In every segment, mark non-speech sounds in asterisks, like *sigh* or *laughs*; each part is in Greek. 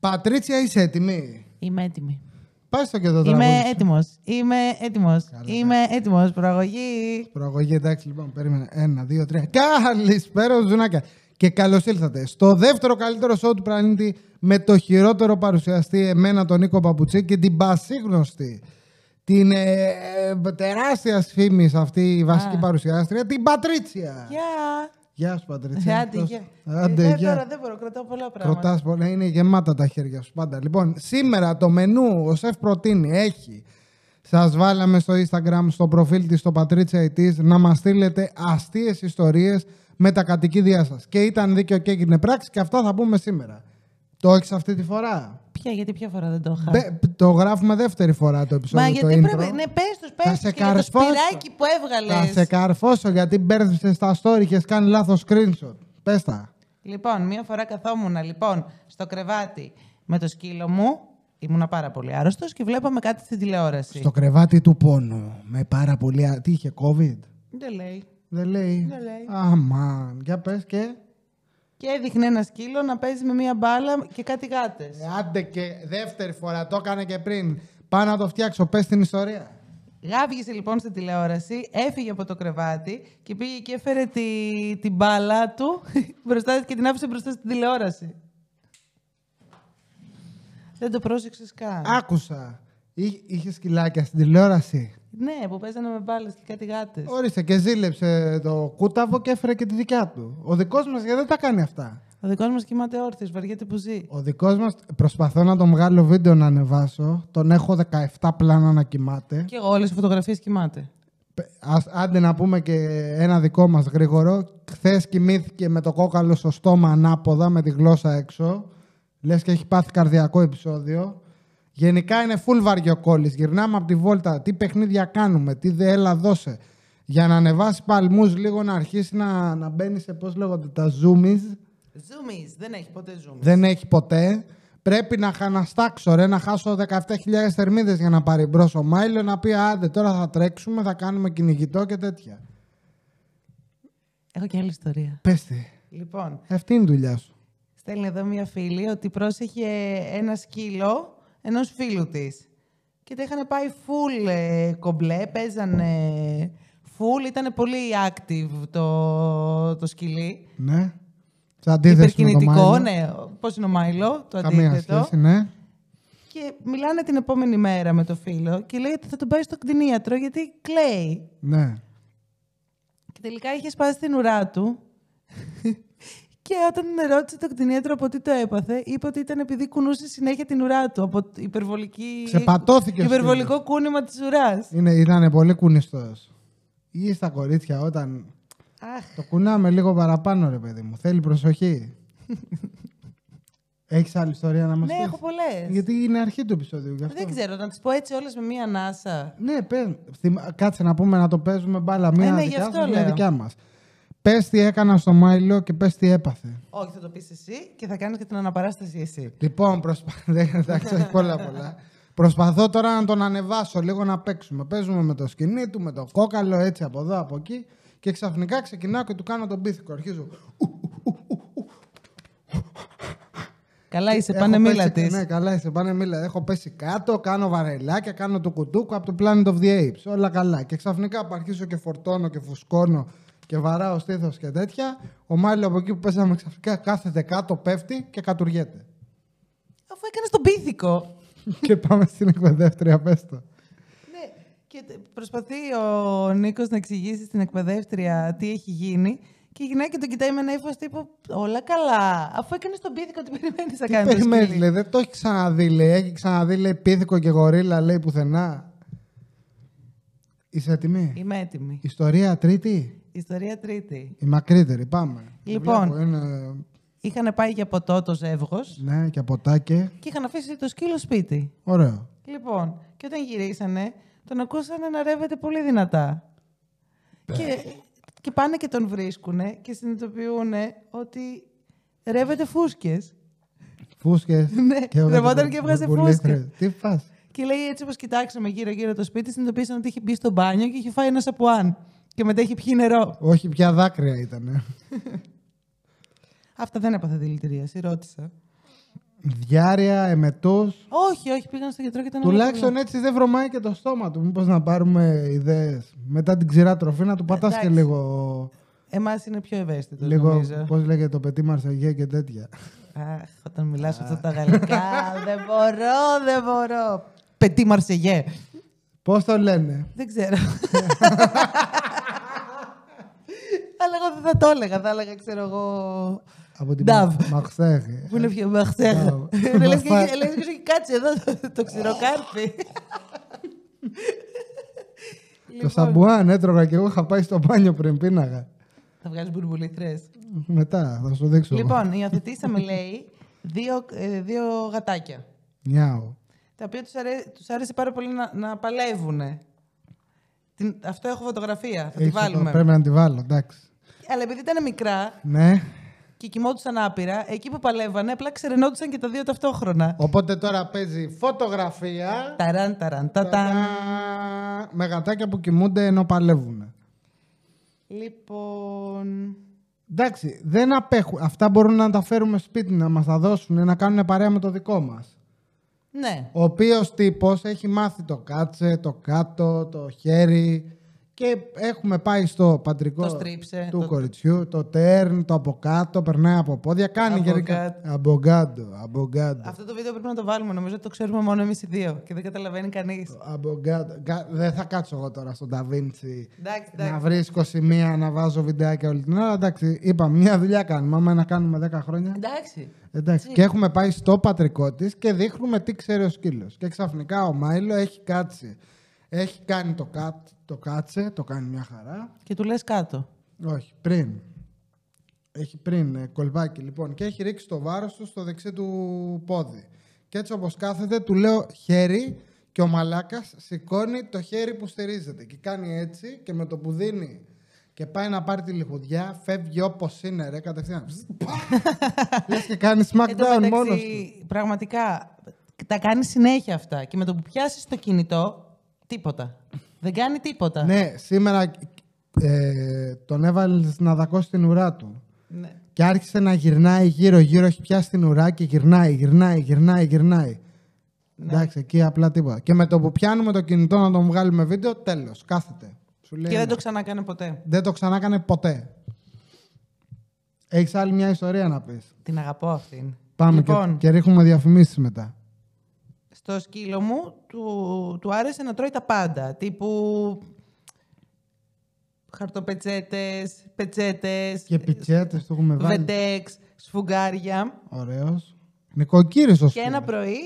Πατρίτσια, είσαι έτοιμη. Είμαι έτοιμη. Πες το και το τραγούδι. Είμαι σου. έτοιμος. Είμαι έτοιμος. Καλά, Είμαι έτοιμος. Προαγωγή. Προαγωγή, εντάξει, λοιπόν, περίμενε. Ένα, δύο, τρία. Καλησπέρα, Ζουνάκια. Και καλώς ήλθατε στο δεύτερο καλύτερο σοου του πλανήτη με το χειρότερο παρουσιαστή, εμένα τον Νίκο Παπουτσί και την πασίγνωστη, την ε, ε, τεράστια φήμη αυτή η βασική Α. παρουσιάστρια, την Πατρίτσια. Γεια. Γεια σου, Πατρίτσια. Άντε, Πώς- γεια. Ναι, Άντε, Ε, γεια. Τώρα δεν μπορώ, κρατάω πολλά πράγματα. Κρατάς πολλά, ναι, είναι γεμάτα τα χέρια σου πάντα. Λοιπόν, σήμερα το μενού ο Σεφ προτείνει, έχει. Σας βάλαμε στο Instagram, στο προφίλ της, στο Patricia It Is, να μας στείλετε αστείες ιστορίες με τα κατοικίδια σας. Και ήταν δίκαιο και έγινε πράξη και αυτά θα πούμε σήμερα. Το έχεις αυτή τη φορά. Ποια, γιατί ποια φορά δεν το είχα. Μπε- το γράφουμε δεύτερη φορά το επεισόδιο. Ναι. Μα το γιατί intro. πρέπει. Ναι, πες τους, πε Θα του. σε Και για το καρφώσω. σπυράκι που έβγαλες. Θα σε καρφώσω γιατί μπέρδεψες τα story και κάνει λάθος screenshot. Πες τα. Λοιπόν, μία φορά καθόμουν λοιπόν στο κρεβάτι με το σκύλο μου. Ήμουνα πάρα πολύ άρρωστος και βλέπαμε κάτι στην τηλεόραση. Στο κρεβάτι του πόνου. Με πάρα πολύ... α- Τι είχε, COVID. Δεν λέει. Δεν λέει. Δεν λέει. Αμάν. Για πες και. Και έδειχνε ένα σκύλο να παίζει με μία μπάλα και κάτι γάτες. Ε, Άντε και δεύτερη φορά. Το έκανε και πριν. Πάω να το φτιάξω. Πες την ιστορία. Γάβγησε λοιπόν στην τηλεόραση, έφυγε από το κρεβάτι και πήγε και έφερε τη, την μπάλα του *laughs* μπροστά και την άφησε μπροστά στην τηλεόραση. Δεν το πρόσεξες καν. Άκουσα. Εί- Είχες σκυλάκια στην τηλεόραση. Ναι, που παίζανε με μπάλες και κάτι γάτες. Όρισε και ζήλεψε το κούταβο και έφερε και τη δικιά του. Ο δικός μας γιατί δεν τα κάνει αυτά. Ο δικός μας κοιμάται όρθιος, βαριέται που ζει. Ο δικός μας προσπαθώ να τον βγάλω βίντεο να ανεβάσω. Τον έχω 17 πλάνα να κοιμάται. Και εγώ όλε τι φωτογραφίες κοιμάται. Πε- Ας, άντε να πούμε και ένα δικό μας γρήγορο. Χθες κοιμήθηκε με το κόκαλο στο στόμα ανάποδα, με τη γλώσσα έξω. Λες και έχει πάθει καρδιακό επεισόδιο. Γενικά είναι full βαριοκόλλης. Γυρνάμε από τη βόλτα. Τι παιχνίδια κάνουμε, τι δε έλα δώσε. Για να ανεβάσει παλμούς λίγο να αρχίσει να, να μπαίνει σε πώς λέγονται τα zoomies. Zoomies, δεν έχει ποτέ zoomies. Δεν έχει ποτέ. Πρέπει να χαναστάξω, ρε, να χάσω 17.000 θερμίδες για να πάρει μπρος ο Μάιλο, να πει άντε τώρα θα τρέξουμε, θα κάνουμε κυνηγητό και τέτοια. Έχω και άλλη ιστορία. Πες τη. Λοιπόν, Αυτή είναι η δουλειά σου. στέλνει εδώ μία φίλη ότι πρόσεχε ένα σκύλο ενός φίλου της. Και τα είχαν πάει full ε, κομπλέ, παίζανε full, ήταν πολύ active το, το σκυλί. Ναι. Σε αντίθεση με το Μάιλο. ναι. Πώς είναι ο Μάιλο, το Καμία αντίθετο. σχέση, ναι. Και μιλάνε την επόμενη μέρα με το φίλο και λέει ότι θα τον πάει στον κτηνίατρο γιατί κλαίει. Ναι. Και τελικά είχε σπάσει την ουρά του. *laughs* και όταν τον ρώτησε τον κτηνίατρο από τι το έπαθε, είπε ότι ήταν επειδή κουνούσε συνέχεια την ουρά του από το υπερβολική... Ξεπατώθηκε ο υπερβολικό κούνημα της ουράς. Είναι, ήταν πολύ κουνιστός. Ή στα κορίτσια όταν Αχ, το κουνάμε λίγο παραπάνω, ρε παιδί μου. Θέλει *laughs* προσοχή. Έχεις άλλη ιστορία να μας ναι, πεις? έχω πολλές. Γιατί είναι αρχή του επεισόδιου γι' αυτό. Δεν ξέρω, να τις πω έτσι όλες με μία ανάσα. Ναι, πες, θυμα- κάτσε να πούμε να το παίζουμε μπάλα. Μία Ε, ναι, γι' δικιά αυτό σου, μία λέω. δικιά μας. Πες τι έκανα στο Μάιλο και πες τι έπαθε. Όχι, θα το πεις εσύ και θα κάνεις και την αναπαράσταση εσύ. Λοιπόν, *laughs* προσπαθώ. Εντάξει, όχι πολλά πολλά. Προσπαθώ τώρα να τον ανεβάσω λίγο να παίξουμε. Παίζουμε με το σκηνή του, με το κόκαλο, έτσι από εδώ, από εκεί. Και ξαφνικά ξεκινάω και του κάνω τον πίθηκο. Αρχίζω. Καλά, είσαι Έχω πάνε μίλα πέσει- της. Ναι, καλά, είσαι πάνε μίλα. Έχω πέσει κάτω, κάνω βαρελάκια, κάνω το κουτούκο από το Planet of the Apes. Όλα καλά. Και ξαφνικά που αρχίζω και φορτώνω και φουσκώνω και βαράω στήθος και τέτοια, ο Μάλλιο από εκεί που πέσαμε ξαφνικά κάθεται κάτω, πέφτει και *laughs* κατουργέται. Αφού έκανε τον πίθηκο. και πάμε στην εκπαιδεύτρια, πες το. Ναι, και τε- προσπαθεί ο Νίκος να εξηγήσει στην εκπαιδεύτρια τι έχει γίνει. Και η γυναίκα τον κοιτάει με ένα ύφος τύπου Όλα καλά. Αφού έκανε τον πίθηκο, τι περιμένεις να Τι κάνεις. το περιμένεις, σκυλί». λέει, δεν το έχει ξαναδεί, λέει. Έχει ξαναδεί, λέει, πίθηκο και γορίλα, λέει, πουθενά. Είσαι έτοιμη. Είμαι έτοιμη. Ιστορία τρίτη. Ιστορία τρίτη. Η μακρύτερη, πάμε. Λοιπόν. Βλέπω, είναι, Είχαν πάει για ποτό το ζεύγος ναι, και ποτάκε. και είχαν αφήσει το σκύλο σπίτι. Ωραίο. Λοιπόν, και όταν γυρίσανε, τον ακούσανε να ρεύεται πολύ δυνατά. και, και πάνε και τον βρίσκουνε και συνειδητοποιούν ότι ρεύεται φούσκες. Φούσκες. *laughs* Ναι, τρεβόταν και έβγαζε φούσκες. Τι φας. Και λέει έτσι όπως κοιτάξαμε γύρω-γύρω το σπίτι, συνειδητοποίησαν ότι είχε μπει στο μπάνιο και είχε φάει ένας σαπουάν. Και μετά είχε πιει νερό. Όχι, πια δάκρυα ήταν. Αυτά δεν έπαθε δηλητηρίαση, ρώτησα. διάρρεια, εμετός. Όχι, όχι, πήγαν στο γιατρό και ήταν. όλα Τουλάχιστον καλά. έτσι δεν βρωμάει και το στόμα του. Μήπως να πάρουμε ιδέες. Μετά την ξηρά τροφή να του πατάς και Εντάξει. λίγο... Εμάς είναι Λοιπόν. πιο ευαίσθητο. Λίγο, νομίζω. πώς λέγεται το πετή μαρσαγία και τέτοια. Αχ, όταν μιλάς αυτά τα γαλλικά, *laughs* δεν μπορώ, δεν μπορώ. Πετή Μαρσεγέ. Πώς το λένε. Δεν *laughs* ξέρω. Αλλά εγώ δεν θα το έλεγα, θα έλεγα, ξέρω εγώ. Από την Νταβ. Μαξέχη. Πού είναι πιο μπαχτέχα. Μπράβο. *laughs* Λες και λες και έχει κάτσει εδώ το- το ξηροκάρπι. Το Λοιπόν, σαμπουάν έτρωγα και εγώ είχα πάει στο μπάνιο πριν πίναγα. Θα βγάλεις μπουρμπουλήθρες. Μετά θα σου δείξω. Λοιπόν, υιοθετήσαμε, λέει, δύο, ε, δύο γατάκια. Νιάου. τα οποία τους, αρέ... τους άρεσε πάρα πολύ να, να παλεύουν. Την... Αυτό έχω φωτογραφία, θα τη Έχεις το- βάλουμε. Πρέπει να τη βάλω, εντάξει. Αλλά επειδή ήταν μικρά Ναι. και κοιμόντουσαν άπειρα, εκεί που παλεύανε απλά ξερενόντουσαν και τα δύο ταυτόχρονα. Οπότε τώρα παίζει φωτογραφία. Ταραν, ταραν, τατάν. τατά, Με γατάκια που κοιμούνται ενώ παλεύουν. Λοιπόν... Εντάξει, δεν απέχουν. Αυτά μπορούν να τα φέρουμε σπίτι, να μας τα δώσουν, να κάνουν παρέα με το δικό μας. Ναι. Ο οποίος τύπος έχει μάθει το κάτσε, το κάτω, το χέρι. Και έχουμε πάει στο πατρικό Το στρίψε, του το- κοριτσιού, το τέρν, το από κάτω, περνάει από πόδια, κάνει Αμποκάτ. γερικά. Αμπογκάντο, αμπογκάντο. Αυτό το βίντεο πρέπει να το βάλουμε. Νομίζω ότι το ξέρουμε μόνο εμείς οι δύο και δεν καταλαβαίνει κανείς. Αμπογκάντο. Κα- Δεν θα κάτσω εγώ τώρα στον Νταβίντσι Εντάξει, να εντάξει. βρίσκω σημεία, να βάζω βιντεάκια όλη την ώρα. Εντάξει, είπαμε, μια δουλειά κάνουμε. Άμα να κάνουμε 10 χρόνια. Εντάξει. Εντάξει. Και έχουμε πάει στο πατρικό της και δείχνουμε τι ξέρει ο σκύλος. Και ξαφνικά ο Μάιλο έχει κάτσει. Έχει κάνει το, κάτ, το κάτσε, το κάνει μια χαρά. Και του λες κάτω. Όχι, πριν. Έχει πριν ε, κολβάκι λοιπόν και έχει ρίξει το βάρος του στο δεξί του πόδι. Και έτσι όπως κάθεται του λέω χέρι και ο μαλάκας σηκώνει το χέρι που στηρίζεται και κάνει έτσι και με το που δίνει και πάει να πάρει τη λιχουδιά φεύγει όπως είναι ρε κατευθείαν. *laughs* Πα! Λες και κάνει Εν τω smackdown μεταξύ, μόνος του. Πραγματικά, τα κάνει συνέχεια αυτά. Και με το που πιάσεις το κινητό, τίποτα. Δεν κάνει τίποτα. Ναι, σήμερα ε, τον έβαλες να δακώσει την ουρά του. Ναι. Και άρχισε να γυρνάει γύρω-γύρω, έχει πιάσει την ουρά και γυρνάει, γυρνάει, γυρνάει, γυρνάει. Ναι. Εντάξει, εκεί απλά τίποτα. Και με το που πιάνουμε το κινητό να τον βγάλουμε βίντεο, τέλος. Κάθεται. Σου λέει, Και δεν ναι. το ξανακάνε ποτέ. δεν το ξανάκανε ποτέ. Έχεις άλλη μια ιστορία να πεις. Την αγαπώ αυτήν. Πάμε λοιπόν, και, και ρίχνουμε διαφημίσεις μετά. στο σκύλο μου του, του άρεσε να τρώει τα πάντα. Τύπου χαρτοπετσέτες, πετσέτες, Και πιτσέτε το έχουμε βάλει. βεντέξ, σφουγγάρια. Ωραίος. Νοικοκύριο Και ένα πρωί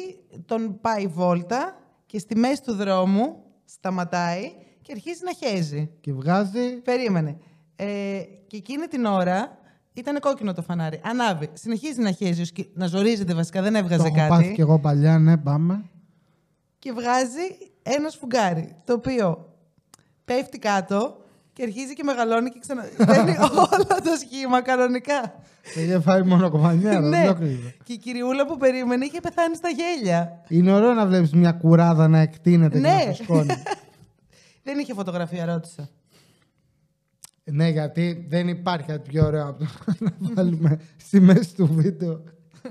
τον πάει βόλτα και στη μέση του δρόμου σταματάει και αρχίζει να χέζει. Και βγάζει. Περίμενε. Ε, και εκείνη την ώρα ήταν κόκκινο το φανάρι. Ανάβει. Συνεχίζει να χέζει, ο σκυ- να ζορίζεται βασικά, δεν Το έβγαζε έχω κάτι. πάθει κι εγώ παλιά, ναι, *laughs* πάμε. Και βγάζει ένα σφουγγάρι, το οποίο πέφτει κάτω και αρχίζει και μεγαλώνει και *laughs* ξανα... Παίρνει όλο το σχήμα κανονικά. Το είχε φάει μόνο *laughs* κομμανιά, Ναι, Ναι. ολόκληρο. Και η κυριούλα που περίμενε είχε πεθάνει στα γέλια. Είναι ωραίο να βλέπεις μια κουράδα να εκτείνεται Ναι. και να φουσκώνει. Δεν είχε φωτογραφία, ρώτησα. ναι, γιατί δεν υπάρχει κάτι πιο ωραίο από το *laughs* να βάλουμε στη μέση του βίντεο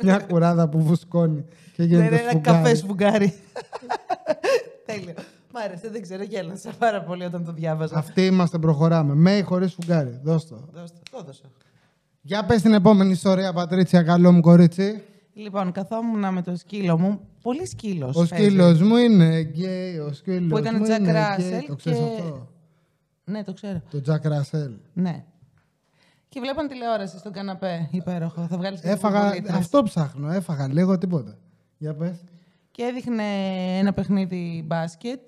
μια κουράδα που φουσκώνει και Δεν γίνεται είναι Ναι, ένα καφέ σφουγγάρι. σφουγγάρι. *laughs* Τέλειο. Μ' άρεσε, δεν ξέρω, γέλασα πάρα πολύ όταν το διάβαζα. Αυτοί είμαστε, προχωράμε. Με ή χωρί φουγκάρι. Δώσ' το. Δώστε, το δώσα. Για πες την επόμενη ιστορία, Πατρίτσια, καλό μου κορίτσι. Λοιπόν, καθόμουν με το σκύλο μου. Πολύ σκύλος. Ο σκύλος μου είναι γκέι, ο σκύλος μου Που ήταν Jack είναι γκέι. Russell Το ξέρεις και- αυτό. Ναι, το ξέρω. Το Τζακ Ρασέλ. Ναι. Και βλέπαν τηλεόραση στον καναπέ. Υπέροχο. Θα βγάλεις Έφαγα, αυτό ψάχνω, έφαγα λίγο τίποτα. Για πες. Και έδειχνε ένα παιχνίδι μπάσκετ.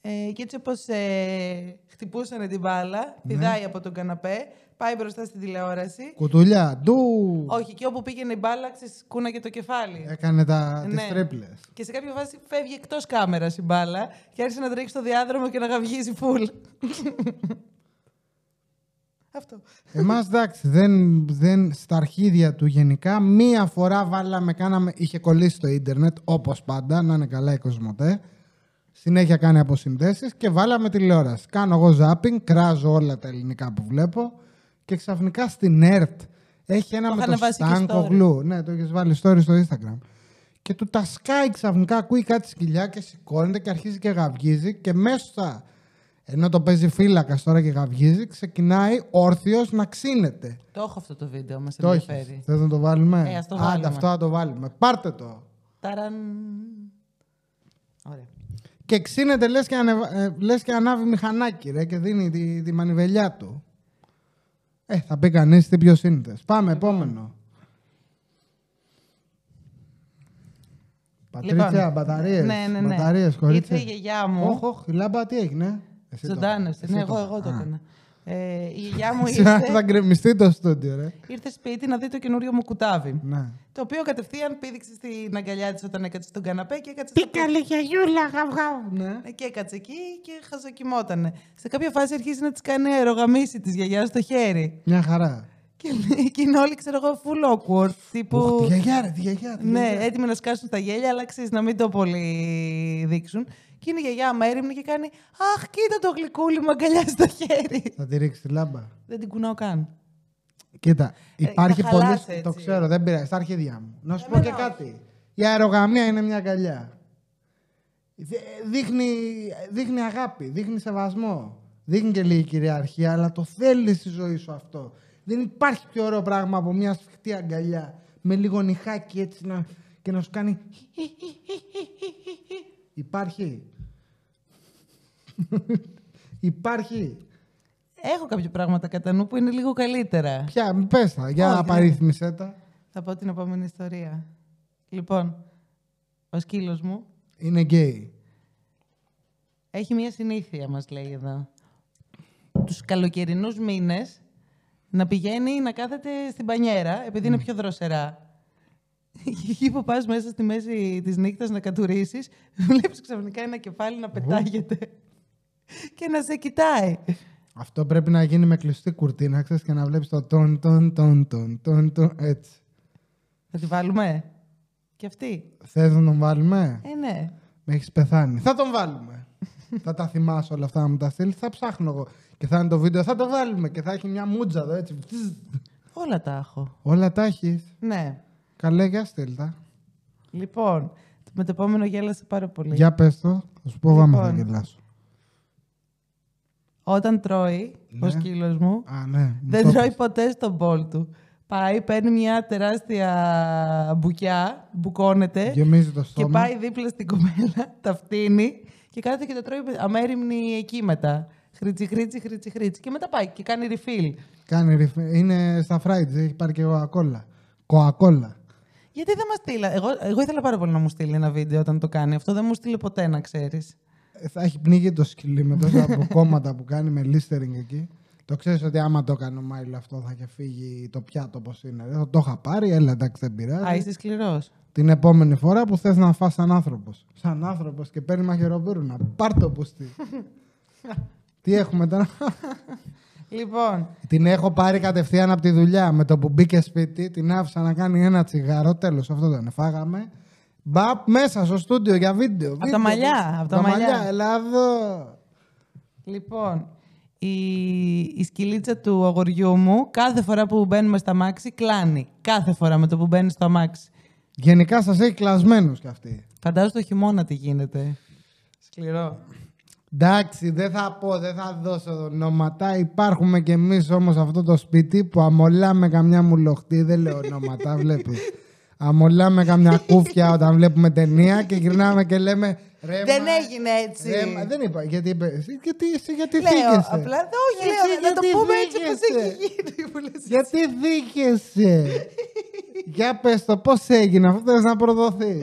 Ε, και έτσι όπως ε, χτυπούσαν την Ναι. μπάλα, πηδάει από τον καναπέ, πάει μπροστά στην τηλεόραση. Κουτουλιά, ντου. Όχι, και όπου πήγαινε η μπάλα, ξεσκούναγε το κεφάλι. Έκανε τα, τις Ναι. τρίπλες. Και σε κάποια φάση φεύγει εκτός κάμερας η μπάλα και άρχισε να τρέχει στο διάδρομο και να γαυγίζει *laughs* φουλ. Αυτό. Εμάς εντάξει, δεν, δεν, στα αρχίδια του γενικά, μία φορά βάλαμε, κάναμε, είχε κολλήσει το ίντερνετ, όπως πάντα, να είναι καλά η Κοσμοτέ. Συνέχεια κάνει αποσυνδέσεις και βάλαμε τηλεόραση. Κάνω εγώ ζάπινγκ, κράζω όλα τα ελληνικά που βλέπω και ξαφνικά στην ΕΡΤ Έχει ένα Το με είχαν τον βάλει και Στάνκο story. Γλου. Ναι, το έχεις βάλει story στο Instagram. Και του τα σκάει ξαφνικά, ακούει κάτι σκυλιά και σηκώνεται και αρχίζει και γαυγίζει και μέσα, ενώ το παίζει φύλακας τώρα και γαυγίζει, ξεκινάει όρθιος να ξύνεται. Το έχω αυτό το βίντεο, μας Το έχεις. ενδιαφέρει. Θες να το βάλουμε. Ε, ας το Άντε, βάλουμε. αυτό θα το βάλουμε. Πάρτε το. Ταραν. Ωραία. Και ξύνεται λες και, ανεβα- ε, λες και ανάβει μηχανάκι ρε και δίνει τη, τη μανιβελιά του. Ε, θα πει κανείς τι πιο σύνηθες. Πάμε, επόμενο. Πατρίτσια, Λοιπόν. μπαταρίες. Ναι, ναι, ναι. Μπαταρίες, κορίτσια. Ήρθε η γιαγιά μου. Όχι, όχι, η λάμπα τι έγινε. Εσύ το- Ζωντάνευσε. εσύ Ναι, το- εγώ, εγώ το Α. έκανα. Ε, η *laughs* γιαγιά μου Σήμερα θα ήρθε, γκρεμιστεί το στούντιο, ρε. ήρθε σπίτι να δει το καινούριο μου κουτάβι. Ναι. Το οποίο κατευθείαν πήδηξε στην αγκαλιά της όταν έκατσε στον καναπέ και έκατσε. Τι στο- καλή γιαγιούλα, γαυγά. Ναι. Και έκατσε εκεί και χαζοκιμότανε. Σε κάποια φάση αρχίζει να της κάνει αερογαμίση της γιαγιάς στο χέρι. Μια χαρά. Και, λέει- και είναι όλοι, ξέρω εγώ, full awkward. Τύπου. Οχ, Τη γιαγιά, ρε, τη γιαγιά. τη Ναι, γιαγιά. έτοιμοι να σκάσουν τα γέλια, αλλά ξέρεις να μην το πολύ δείξουν. Και είναι η γιαγιά μου έρημνη και κάνει Αχ, κοίτα το γλυκούλι μου αγκαλιά στο χέρι. Θα τη ρίξει τη λάμπα. Δεν την κουνάω καν. Κοίτα, τα υπάρχει χαλάς πολύ. Ε, έτσι. Ε, Το ξέρω, δεν πειράζει, στα αρχίδια μου. Να σου πω Εμένα και όχι. κάτι. Η αερογαμία είναι μια αγκαλιά. Δε- Δείχνει, δείχνει αγάπη, δείχνει σεβασμό. Δείχνει και λίγη κυριαρχία, αλλά το θέλει στη ζωή σου αυτό. Δεν υπάρχει πιο ωραίο πράγμα από μια σφιχτή αγκαλιά. Με λίγο νυχάκι έτσι να, και να σου κάνει. *laughs* Υπάρχει. Υπάρχει. Έχω κάποια πράγματα κατά νου που είναι λίγο καλύτερα. Πια, πες τα, για Όχι, να δεν- παρήθμισε τα. Θα πω την επόμενη ιστορία. Λοιπόν, ο σκύλος μου Είναι γκέι. έχει μία συνήθεια, μας λέει εδώ. Τους καλοκαιρινούς μήνες να πηγαίνει να κάθεται στην πανιέρα, επειδή Mm. είναι πιο δροσερά. *laughs* Εκεί που πας μέσα στη μέση της νύχτας να κατουρίσεις, βλέπεις ξαφνικά ένα κεφάλι να πετάγεται *laughs* και να σε κοιτάει. Αυτό πρέπει να γίνει με κλειστή κουρτίνα, ξέρεις, και να βλέπεις το τον, τον, τον, τον, τον, τον, έτσι. Θα τη βάλουμε. Και αυτή. Θες να τον βάλουμε? Ε, ναι. Με έχεις πεθάνει. Θα τον *laughs* βάλουμε. θα τα θυμάσαι όλα αυτά να μου τα στείλεις, θα ψάχνω εγώ. Και θα είναι το βίντεο, θα το βάλουμε και θα έχει μια μούτζα εδώ, *laughs* έτσι. Φτζζ. Όλα τα έχω. όλα τα έχεις. Ναι. Καλέ, για στείλ τα. Λοιπόν, με το επόμενο γέλασε πάρα πολύ. Για πες το, θα σου πω εγώ άμα θα Λοιπόν. γελάσω. Όταν τρώει Ναι. ο σκύλος μου, Α, ναι. μου δεν το τρώει είπες. ποτέ στον μπολ του. Πάει, παίρνει μια τεράστια μπουκιά, μπουκώνεται Γεμίζει το και στόμα. πάει δίπλα στην κοπέλα, *laughs* τα φτύνει και κάθεται και το τρώει αμέριμνη εκεί μετά. Χρύτσι, χρύτσι, χρύτσι, χρύτσι. Και μετά πάει και κάνει refill. Κάνει ριφ- Είναι στα φράιτζ, έχει πάρει και κοακόλα. Κοακόλα. Γιατί δεν μας στείλα. Εγώ, εγώ ήθελα πάρα πολύ να μου στείλει ένα βίντεο όταν το κάνει. Αυτό δεν μου στείλε ποτέ, να ξέρεις. Ε, θα έχει πνίγει το σκυλί με τόσα *laughs* αποκόμματα που κάνει με λίστερινγκ εκεί. Το ξέρεις ότι άμα το έκανε ο Μάιλ αυτό θα είχε φύγει το πιάτο όπως είναι. ρε. Το είχα πάρει, έλα εντάξει δεν Α, πειράζει. είσαι σκληρός. Την επόμενη φορά που θες να φας σαν άνθρωπος. Σαν άνθρωπος και παίρνει μαχαιροπύρουνα. Πάρ το *laughs* πουστί. Τι έχουμε τώρα. *laughs* Λοιπόν, την έχω πάρει κατευθείαν από τη δουλειά. Με το που μπήκε σπίτι, την άφησα να κάνει ένα τσιγάρο. Τέλος αυτό ήταν. Φάγαμε. Μπαπ μέσα στο στούντιο για βίντεο. τα βίντεο. μαλλιά, από τα μαλλιά. Ελλάδο. Λοιπόν, η, η σκυλίτσα του αγοριού μου κάθε φορά που μπαίνουμε στα μάξι κλάνει. Κάθε φορά με το που μπαίνει στο αμάξι. Γενικά σας έχει κλασμένου κι αυτοί. Φαντάζομαι το χειμώνα τι γίνεται. Σκληρό. Εντάξει, δεν θα πω, δεν θα δώσω ονόματα. Υπάρχουμε κι εμείς όμως αυτό το σπίτι που αμολάμε καμιά μουλοχτή. Δεν λέω *laughs* ονόματα, βλέπεις. Αμολάμε καμιά κούφια όταν βλέπουμε ταινία και γυρνάμε και λέμε. Ρε, Δεν μα, έγινε έτσι. ρε, μα», δεν είπα. Γιατί είπε. εσύ, Γιατί, εσύ, γιατί Λέω, θίγεσαι. απλά δεν- όχι, Εσύ λέω, να το γιατί πούμε έτσι όπως θίγεσαι. έχει γίνει. *laughs* που λες. Γιατί θίγεσαι. Για πες το, πώς έγινε αυτό, θες να *laughs* προδοθείς.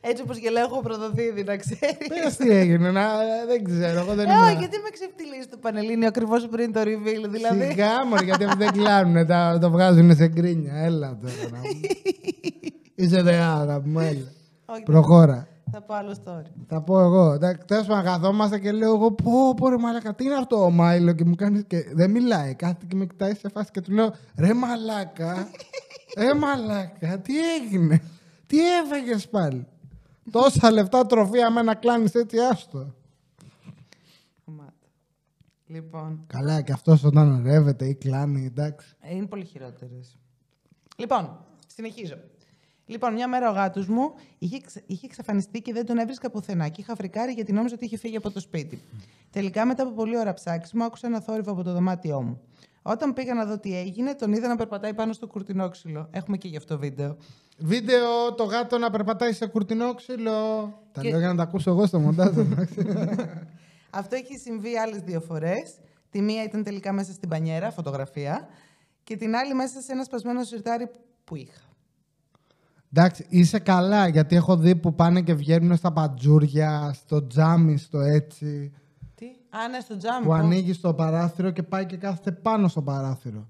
Έτσι όπως γελάω έχω προδοθεί ήδη, να ξέρεις. Πες τι έγινε, να, δεν ξέρω, εγώ δεν Ε, όχι, ήμουν. γιατί με ξεφτυλίζει το Πανελλήνιο ακριβώς πριν το reveal, δηλαδή. Σιγά μωρέ, γιατί αυτοί δεν κλάνουν, τα, το βγάζουν σε γκρίνια. Έλα τώρα. να μου. Είσαι δεάδα μου, έλα. Όχι, Προχώρα. θα πω άλλο story. Θα πω εγώ. Τέλο πάντων, καθόμαστε και λέω εγώ, πω, πω, ρε μαλάκα, τι είναι αυτό ο Μάιλο και μου κάνεις και δεν μιλάει. Κάθεται και με κοιτάει σε φάση και του λέω, ρε μαλάκα, ρε μαλάκα, τι έγινε, τι έφαγες πάλι. Τόσα λεφτά τροφία με να κλάνεις έτσι άστο. Χαμάτα. Λοιπόν, Καλά, και αυτός όταν ρεύεται ή κλάνει, εντάξει. ε, είναι πολύ χειρότερες. Λοιπόν, συνεχίζω. Λοιπόν, μια μέρα ο γάτος μου είχε, εξ- είχε εξαφανιστεί και δεν τον έβρισκα πουθενά. Και είχα φρικάρει γιατί νόμιζα ότι είχε φύγει από το σπίτι. Τελικά, μετά από πολλή ώρα ψάξιμο, άκουσα ένα θόρυβο από το δωμάτιό μου. Όταν πήγα να δω τι έγινε, τον είδα να περπατάει πάνω στο κουρτινό ξύλο. Έχουμε και γι' αυτό βίντεο. Βίντεο το γάτο να περπατάει σε κουρτινό ξύλο. Τα Και- λέω για να τα ακούσω εγώ στο μοντάζ. *laughs* εντάξει. Αυτό έχει συμβεί άλλες δύο φορές. Τη μία ήταν τελικά μέσα στην πανιέρα, φωτογραφία. Και την άλλη μέσα σε ένα σπασμένο σιρτάρι που είχα. Εντάξει, είσαι καλά γιατί έχω δει που πάνε και βγαίνουν στα πατζούρια, στο τζάμι, στο έτσι. Τι? Α, ναι, στο τζάμι. Που πω. ανοίγει στο παράθυρο και πάει και κάθεται πάνω στο παράθυρο.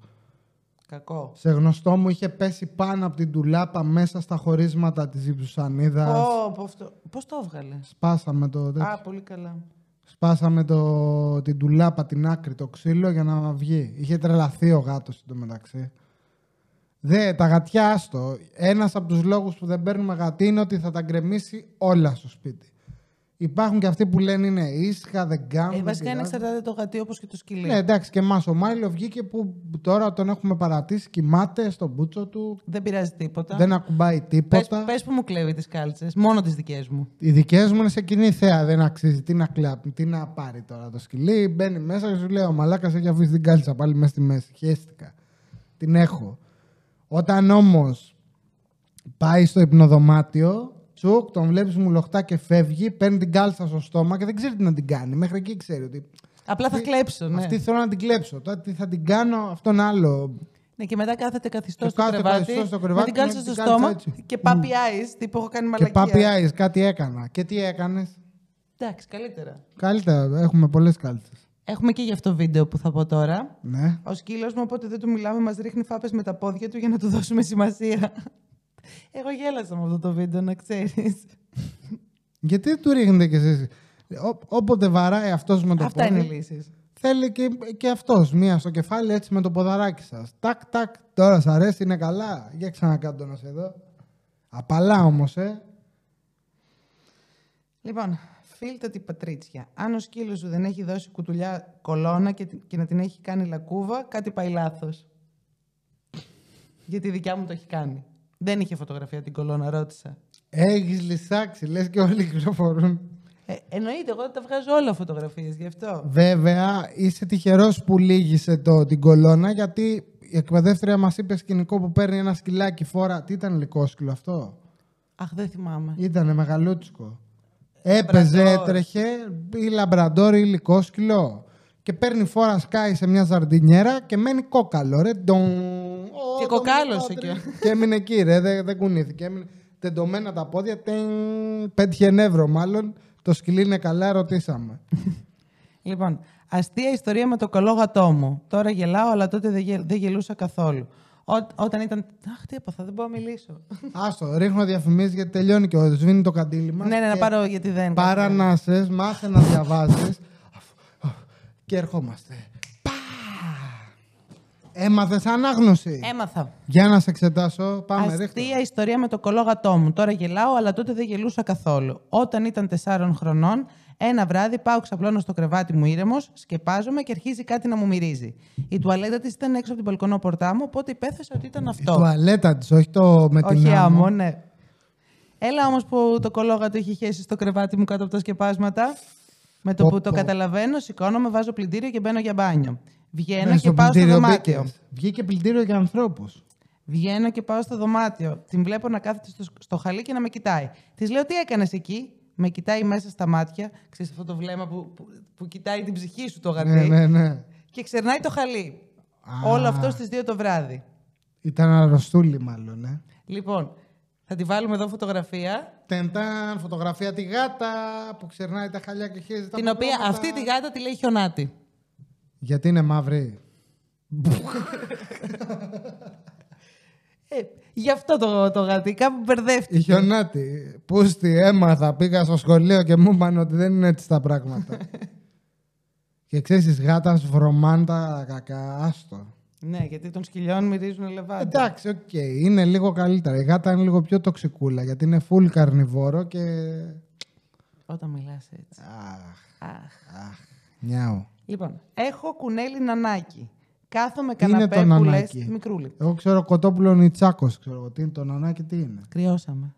Κακό. Σε γνωστό μου είχε πέσει πάνω από την τουλάπα μέσα στα χωρίσματα της Ιψουσανίδας. Πω, πω, αυτό. Πώς το έβγαλε. Σπάσαμε το. τέτοιο. Α, πολύ καλά. Ε, Σπάσαμε το, την τουλάπα, την άκρη, το ξύλο για να βγει. Είχε τρελαθεί ο γάτος εντωμεταξύ. Δε, τα γατιά άστο. Ένας από τους λόγους που δεν παίρνουμε γατί είναι ότι θα τα γκρεμίσει όλα στο σπίτι. Υπάρχουν και αυτοί που λένε είναι ήσυχα, δεν κάνουν. Ε, δεν βασικά είναι πειράζει. εξαρτάται το γατί όπως και το σκυλί. Ναι, εντάξει, και εμάς ο Μάιλο βγήκε που τώρα τον έχουμε παρατήσει. Κοιμάται στον μπούτσο του, Δεν πειράζει τίποτα. δεν ακουμπάει πες, τίποτα. πες που μου κλέβει τις κάλτσες, μόνο τις δικές μου. Οι δικές μου είναι σε κοινή θέα. Δεν αξίζει. Τι να, κλα- τι να πάρει τώρα το σκυλί. Μπαίνει μέσα και σου λέει: Ο μαλάκας έχει αφήσει την κάλτσα πάλι μέσα στη μέση. Χαίστηκα. Την έχω. Όταν όμως πάει στο υπνοδωμάτιο, τσουκ, τον βλέπεις μου λοχτά και φεύγει, παίρνει την κάλτσα στο στόμα και δεν ξέρει τι να την κάνει. Μέχρι εκεί ξέρει ότι. Απλά θα Αυτή- κλέψω, ναι. Ε, Αυτή θέλω να την κλέψω. Τώρα τι θα την κάνω, αυτόν άλλο. Ναι, και μετά κάθεται καθιστός Και στο, κάθεται κρεβάτι, καθιστός στο με κρεβάτι την και με κάλτσα στο την κάλτσα στόμα έτσι. και papi eyes, τύπου έχω κάνει Και μαλακία. papi eyes, κάτι έκανα. Και τι έκανες. Εντάξει, καλύτερα. Καλύτερα, έχουμε πολλές κάλτσες. Έχουμε και γι' αυτό βίντεο που θα πω τώρα. Ναι. Ο σκύλος μου, όποτε δεν του μιλάμε, μας ρίχνει φάπες με τα πόδια του για να του δώσουμε σημασία. *laughs* Εγώ γέλασα με αυτό το βίντεο, να ξέρεις. Γιατί δεν του ρίχνετε κι εσείς. Ό, όποτε βαράει αυτός με το Αυτά πόδι, είναι οι λύσεις. θέλει και, και αυτός μία στο κεφάλι έτσι με το ποδαράκι σας. Τακ, τακ, τώρα σ' αρέσει, είναι καλά. Για ξανακάτω να σε δω. Απαλά όμως, ε. Λοιπόν, φίλτα την Πατρίτσια. Αν ο σκύλος σου δεν έχει δώσει κουτουλιά κολόνα και, τη- και να την έχει κάνει λακκούβα, κάτι πάει λάθος. Γιατί η δικιά μου το έχει κάνει. Δεν είχε φωτογραφία την κολόνα, ρώτησα. Έχεις λυσάξει, λες και όλοι κυκλοφορούν. Ε, εννοείται, εγώ τα βγάζω όλα φωτογραφίες γι' αυτό. Βέβαια, είσαι τυχερός που λύγησε το, την κολόνα, γιατί η εκπαιδεύτρια μας είπε σκηνικό που παίρνει ένα σκυλάκι φόρα. Τι ήταν λικό σκύλο αυτό. Αχ, δεν θυμάμαι. Ήτανε μεγαλούτσικο. Έπαιζε, Ε, Λαμπραντόρ. έτρεχε ή λαμπραντόρ ή υλικό σκυλό. Και παίρνει φόρα, σκάει σε μια ζαρντινιέρα και μένει κόκαλο. Ρε. Ντον. Ω, Και το κοκάλωσε μικρό, και. Και έμεινε εκεί, ρε. Δεν, δεν κουνήθηκε. Έμεινε τεντωμένα τα πόδια. τεν, Πέτυχε νεύρο, μάλλον. Το σκυλί είναι καλά, *laughs* ρωτήσαμε. Λοιπόν, αστεία ιστορία με το καλό γατό μου. Τώρα γελάω, αλλά τότε δεν, γε- δεν γελούσα καθόλου. Ό, όταν ήταν. Αχ, τι έπαθα, δεν μπορώ να μιλήσω. Άστο, ρίχνω διαφημίσεις γιατί τελειώνει και ο σβήνει το καντήλι μας. ναι, ναι, να πάρω γιατί δεν. Παρανάσες, μάθε να διαβάζεις και ερχόμαστε. Πα! Έμαθες ανάγνωση. Έμαθα. Για να σε εξετάσω, πάμε ρίχτε. Αστεία ιστορία με το κολό γατό μου. Τώρα γελάω, αλλά τότε δεν γελούσα καθόλου. Όταν ήταν 4 χρονών, ένα βράδυ πάω ξαπλώνω στο κρεβάτι μου ήρεμος, σκεπάζομαι και αρχίζει κάτι να μου μυρίζει. Η τουαλέτα της ήταν έξω από την μπαλκονόπορτά μου, οπότε υπέθεσα ότι ήταν Η αυτό. τουαλέτα της, όχι το με την Όχι άμμο. άμμο, ναι. Έλα όμως που το κολόγατο είχε χέσει στο κρεβάτι μου κάτω από τα σκεπάσματα. Με το Πω, που το πω. καταλαβαίνω, σηκώνομαι, βάζω πλυντήριο και μπαίνω για μπάνιο. Βγαίνω Μέσα και Ναι, στο πάω στο πλυντήριο δωμάτιο. μπήκες. Βγήκε πλυντήριο για ανθρώπους. Βγαίνω και πάω στο δωμάτιο. Την βλέπω να κάθεται στο, στο χαλί και να με κοιτάει. Της λέω: Τι έκανες εκεί. Με κοιτάει μέσα στα μάτια. Ξέρεις αυτό το βλέμμα που, που, που κοιτάει την ψυχή σου το γατί. Ναι, ναι, ναι. Και ξερνάει το χαλί. Α. Όλο αυτό στις 2 το βράδυ. Ήταν αρρωστούλη μάλλον, ε. Λοιπόν, θα τη βάλουμε εδώ φωτογραφία. Τεντάν, φωτογραφία τη γάτα που ξερνάει τα χαλιά και χέζει τα την οποία ποδόματα. αυτή τη γάτα τη λέει χιονάτη. Γιατί είναι μαύρη. Ε, γι' αυτό το, το γατί. Κάπου μπερδεύτηκε. Η χιονάτη. Πούστη, έμαθα. Πήγα στο σχολείο και μου είπαν ότι δεν είναι έτσι τα *laughs* πράγματα. και ξέρεις, της γάτας βρωμάν τα κακά. Άστο. Ναι, γιατί των σκυλιών μυρίζουν λεβάντα. Εντάξει, οκ, είναι λίγο καλύτερα. Η γάτα είναι λίγο πιο τοξικούλα γιατί είναι full καρνιβόρο και. Όταν μιλάς έτσι. Αχ, Αχ. αχ, νιάου. Λοιπόν, έχω κουνέλι νανάκι. Κάθομαι Τι είναι καναπέ το που λε νανάκι? μικρούλι. Εγώ ξέρω κοτόπουλο νιτσάκος. Ξέρω εγώ τι είναι το νανάκι, τι είναι. Κρυώσαμε.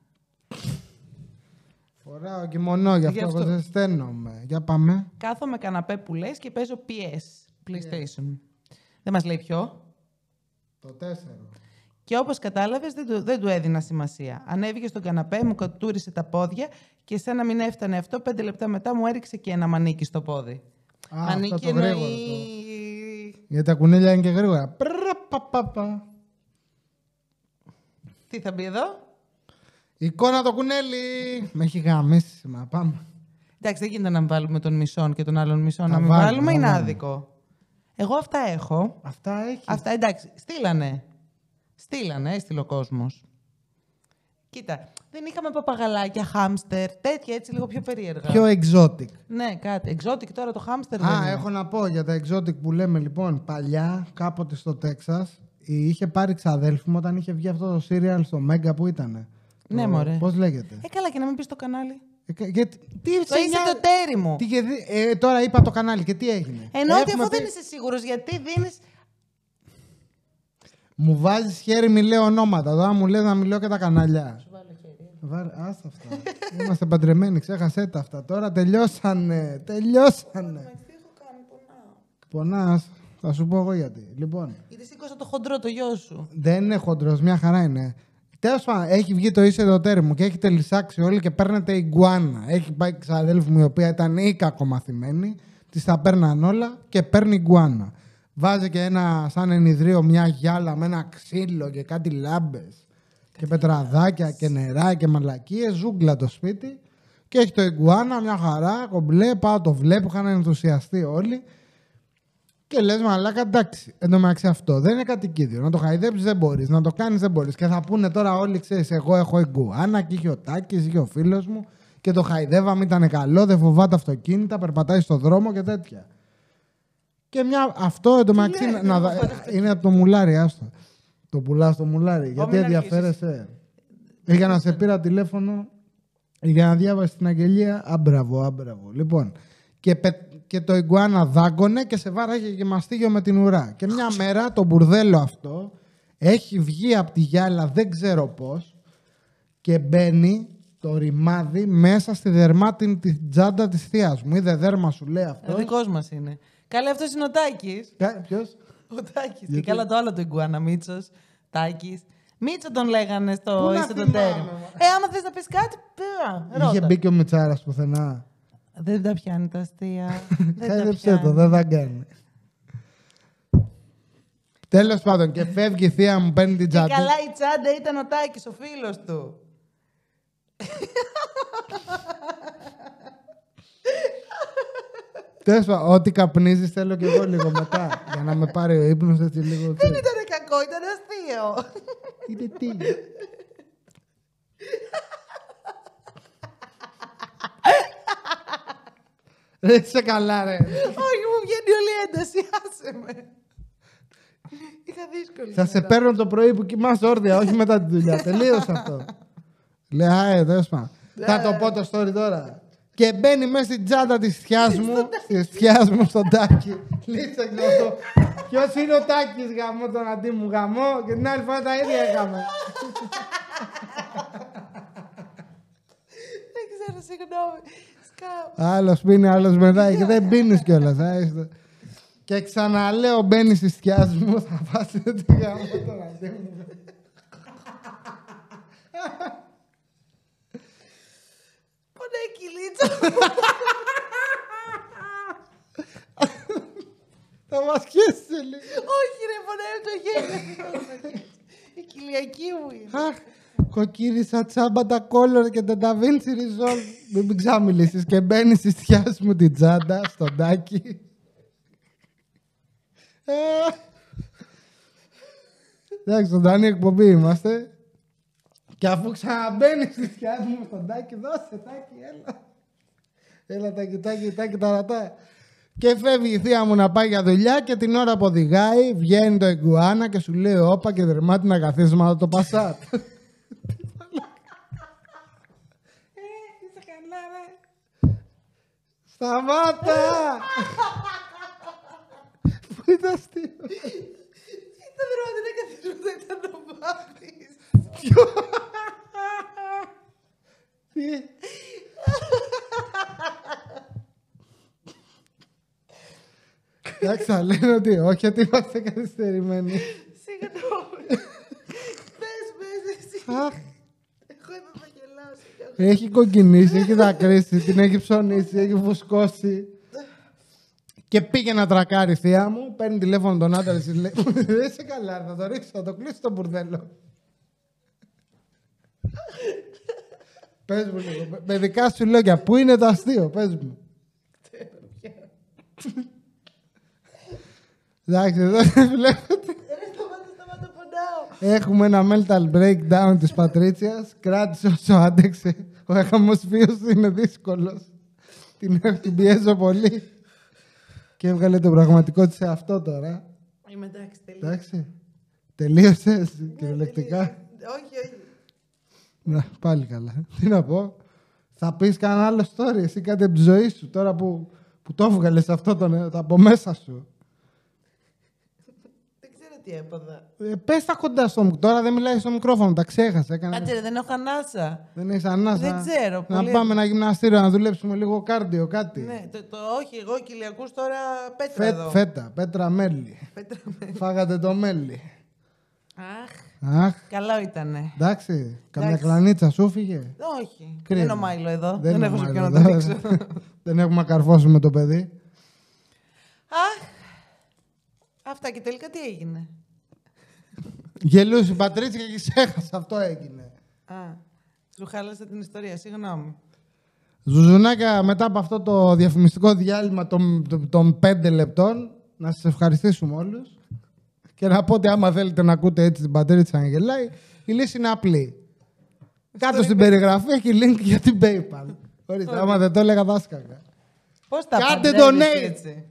Φοράω κιμονό, γι' αυτό, Γι' αυτό. εγώ ζεσταίνομαι. Για πάμε. Κάθομαι καναπέ που λες και παίζω PS. PlayStation. Δεν μας λέει ποιο. Το τέσσερο. Και όπως κατάλαβες, δεν, του- δεν του έδινα σημασία. Ανέβηκε στον καναπέ, μου κατούρισε τα πόδια και σαν να μην έφτανε αυτό, πέντε λεπτά μετά μου έριξε και ένα μανίκι στο πόδι. Α, αυτό το γρήγορο. Το. εννοεί- Γιατί τα κουνέλια είναι και γρήγορα. Πρα, πα, πα, πα. Τι θα μπει εδώ. Εικόνα το κουνέλι! Με έχει γαμίσει σήμερα. Πάμε. Εντάξει, δεν γίνεται να μην βάλουμε τον μισόν και τον άλλον μισόν. Τα Να μην βάλουμε, ναι. βάλουμε τα είναι βάλουμε. άδικο. Εγώ αυτά έχω. Αυτά έχει. Αυτά εντάξει, στείλανε. Στείλανε, έστειλε ο κόσμος. Κοίτα, δεν είχαμε παπαγαλάκια, χάμστερ, τέτοια έτσι λίγο πιο περίεργα. Πιο exotic. Ναι, κάτι. Εξώτικη τώρα το χάμστερ δεν Α, είναι. έχω να πω για τα exotic που λέμε λοιπόν. Παλιά, κάποτε στο Τέξας, είχε πάρει ξαδέλφη μου όταν είχε βγει αυτό το serial στο Μέγκα που ήταν. Ναι, μωρέ. Πώς λέγεται. Ε, καλά και να μην πεις το κανάλι. Ε, κα- γιατί- τι Το είσαι το τέρι μου. τι γεδί- ε, τώρα είπα το κανάλι και τι έγινε. Ενώ ότι Έχουμε αφού δεν πει- είσαι σίγουρος, γιατί δίνεις. Μου βάζεις χέρι, μιλάω ονόματα. Τώρα μου λέει να μιλάω και τα κανάλια. Βάλε, άστα αυτά. Είμαστε παντρεμένοι, ξέχασέ τα αυτά. Τώρα τελειώσανε. Τελειώσανε. Πονάς, θα σου πω εγώ γιατί. Λοιπόν, Γιατί σήκωσα το χοντρό, το γιο σου. δεν είναι χοντρός, μια χαρά είναι. Τέλος πάντων, έχει βγει το ίσο το τέρι μου και έχετε λυσάξει όλοι και παίρνετε iguana. Έχει πάει ξαδέλφη μου η οποία ήταν ή κακομαθημένη, της τα παίρναν όλα και παίρνει iguana. Βάζει και ένα σαν ενιδρίο μια γυάλα με ένα ξύλο και κάτι λάμπες και πετραδάκια και νερά και μαλακίες, ζούγκλα το σπίτι. Και έχει το iguana, μια χαρά, κομπλέ, πάω το βλέπω, είχαν ενθουσιαστεί όλοι. Και λες, μαλάκα, εντάξει. Εν τω μεταξύ αυτό δεν είναι κατοικίδιο. Να το χαϊδέψεις δεν μπορείς, να το κάνεις δεν μπορείς. Και θα πούνε τώρα όλοι, ξέρεις, εγώ έχω εγκουάνα και είχε ο Τάκης, είχε ο φίλος μου και το χαϊδεύαμε, ήταν καλό, δεν φοβάται αυτοκίνητα, περπατάει στον δρόμο και τέτοια. Και μια, αυτό εν τω μεταξύ λέει, να- δεν να- είναι από το μουλάρι, άστο. Το πουλάς στο μουλάρι. Γιατί μην ενδιαφέρεσαι. Ε, Για να σε πήρα τηλέφωνο για να διάβασε την αγγελία, άμπραβο, άμπραβο. Λοιπόν, και, πε- και το Ιγκουάνα δάγκωνε και σε βάραγε και μαστίγιο με την ουρά. Και μια μέρα το μπουρδέλο αυτό έχει βγει από τη γυάλα δεν ξέρω πώς και μπαίνει το ρημάδι μέσα στη δερμάτινη τη τσάντα της θείας μου. Είδε δέρμα σου λέει Ο αυτό. δικός μας είναι. Καλά, αυτός είναι ο Τάκης. Ποιος? Ο Τάκης. Και καλά το άλλο το Ιγκουάνα, Μίτσος. Τάκης. Μίτσο τον λέγανε Πού στο να είσαι το θυμάμαι, τέρι μου. μα. Ε, άμα θες να πεις κάτι, πήρα. Είχε Ρώτα. μπει και ο Μιτσάρας πουθενά. Δεν τα πιάνει τα αστεία. Δεν τα Χάιδεψέ το, πιάνει. δεν θα κάνει. Τέλος πάντων, και φεύγει η θεία μου, παίρνει την Και τσάντα. καλά η τσάντα ήταν ο Τάκης, ο φίλος του. Τέλο πάντων, ό,τι καπνίζεις θέλω και εγώ λίγο μετά. για να με πάρει ο ύπνος έτσι λίγο. Δεν ξέρεις. ήταν κακό, ήταν αστείο. Είναι τι. Ρε είσαι καλά ρε. Όχι, μου βγαίνει όλη η ένταση, άσε με. Είχα δύσκολη. Θα σε ημέρα. παίρνω το πρωί που κοιμάσαι όρθια, όχι μετά τη *laughs* δουλειά. Τελείωσε αυτό. Λέει, άε, τέλος πάντων. Θα το πω το story τώρα. Και μπαίνει μέσα στην τσάντα της θιά μου, τη θιά μου στον τάκι. Λίτσα και αυτό. Ποιος είναι ο τάκι γαμό, τον αντί μου γαμό. Και την άλλη φορά τα ίδια είχαμε. Δεν ξέρω, συγγνώμη. Σκάω. Άλλος πίνει, άλλος μετά και δεν πίνεις κιόλας. Και ξαναλέω, μπαίνει στη θιά μου, θα πάσει τη γαμό τον αντί μου. Πονάει η κυλίτσα. Θα μας χέσει λίγο. Όχι ρε, πονάει από το γέλιο. Η κοιλιακή μου είναι. Αχ, κοκκύρισα τσάμπα τα κόλλορ και τα νταβίντσι ριζόλ. Μην, μην ξάμιλησεις και μπαίνεις στη θιά μου την τσάντα στον τάκι. Ε, Εντάξει, ζωντανή εκπομπή είμαστε. Και αφού ξαναμπαίνεις στη θιά μου στον τάκι, δώσε τάκι, έλα. Έλα τα κοιτάκι, τα κοιταρατά. Και φεύγει η θεία μου να πάει για δουλειά και την ώρα που οδηγάει βγαίνει το εγκουάνα και σου λέει όπα και δερμάτινα καθίσματα το Passat. Ε, είσαι καλά, ρε. Σταμάτα! Ήταν αστείο. Ήταν δρόμο, δεν καθιζόταν, ήταν το πάπης. Ποιο. Τι. Εντάξει, θα λένε ότι όχι, ότι είμαστε καθυστερημένοι. Συγγνώμη. Πες, πες εσύ. Αχ, Εγώ είμαι θα γελάσω κι εγώ. έχει κοκκινήσει, έχει δακρύσει, την έχει ψωνίσει, έχει φουσκώσει. Και πήγε να τρακάρει η θεία μου, παίρνει τηλέφωνο τον άντρα της, λέει «Δεν είσαι καλά, θα το ρίξω, θα το κλείσω το μπουρδέλο». πες μου λίγο, με- με δικά σου λόγια, πού είναι το αστείο, πες μου. Εντάξει, εδώ βλέπετε. Ρε, σταμάτα, σταμάτα, πονάω. Έχουμε ένα mental breakdown της Πατρίτσιας. Κράτησε όσο άντεξε. Ο εχαμοσφίος είναι δύσκολος. Την, την πιέζω πολύ. Και έβγαλε το πραγματικό της αυτό τώρα. Είμαι εντάξει, τελείω. Εντάξει. Τελείωσες κυριολεκτικά. Όχι, όχι. Να, πάλι καλά. Τι να πω. Θα πεις κανένα άλλο story εσύ κάτι από τη ζωή σου τώρα που, που το έβγαλες αυτό τον, από μέσα σου. Δεν ξέρω τι έπαθα. Ε, πες τα κοντά στο μικρόφωνο. Τώρα δεν μιλάει στο μικρόφωνο. Τα ξέχασα. Έκανα... Κάτσε, ρε, δεν έχω ανάσα. Δεν έχεις ανάσα. Δεν ξέρω, Να πολύ- πάμε ένα γυμναστήριο να δουλέψουμε λίγο κάρντιο, κάτι. Ναι, το, το όχι, εγώ Κυλιακούς τώρα πέτρα Φε- εδώ. φέτα, πέτρα *laughs* μέλι. Πέτρα. Φάγατε το μέλι. Αχ, Αχ, καλό ήτανε. εντάξει. Καμιά Εντάξει. κλανίτσα σου φύγε. Κρίμα. Όχι. Δεν είναι ο Μάιλο εδώ. Δεν, έχω σε μάλλον ποιον να το εδώ. δείξω. *laughs* δεν έχουμε να καρφώσουμε το παιδί. Αχ. Αυτά και τελικά τι έγινε. Γελούσε η Πατρίτσια και ξέχασα. Αυτό έγινε. Α, σου χάλασα την ιστορία, συγγνώμη. Ζουζουνάκια, μετά από αυτό το διαφημιστικό διάλειμμα των, των- των 5 λεπτών, να σας ευχαριστήσουμε όλους και να πω ότι άμα θέλετε να ακούτε έτσι την πατέρα της Αγγελάη, η λύση είναι απλή. Κάτω στην περιγραφή έχει link για την PayPal. Ορίστε, άμα δεν το έλεγα Ε, δάσκακα. Πώς τα Κάντε παντρεύεις donate. έτσι.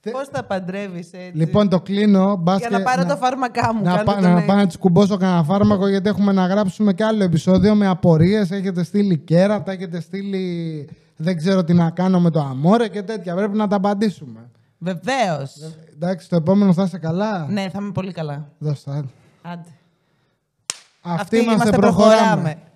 Τε- Πώς τα παντρεύεις έτσι. Λοιπόν, το κλείνω. μπας για και να πάρω το φάρμακά μου. να, κάντε πά, να donate. πάω να τη κουμπώσω κανένα φάρμακο γιατί έχουμε να γράψουμε και άλλο επεισόδιο με απορίες. Έχετε στείλει κέρατα, έχετε στείλει δεν ξέρω τι να κάνω με το αμόρε και τέτοια. Πρέπει να τα απαντήσουμε. Βεβαίως. Εντάξει, το επόμενο θα είσαι καλά. Ναι, θα είμαι πολύ καλά. Δώσ' τα. Άντε. Αυτοί είμαστε, προχωράμε.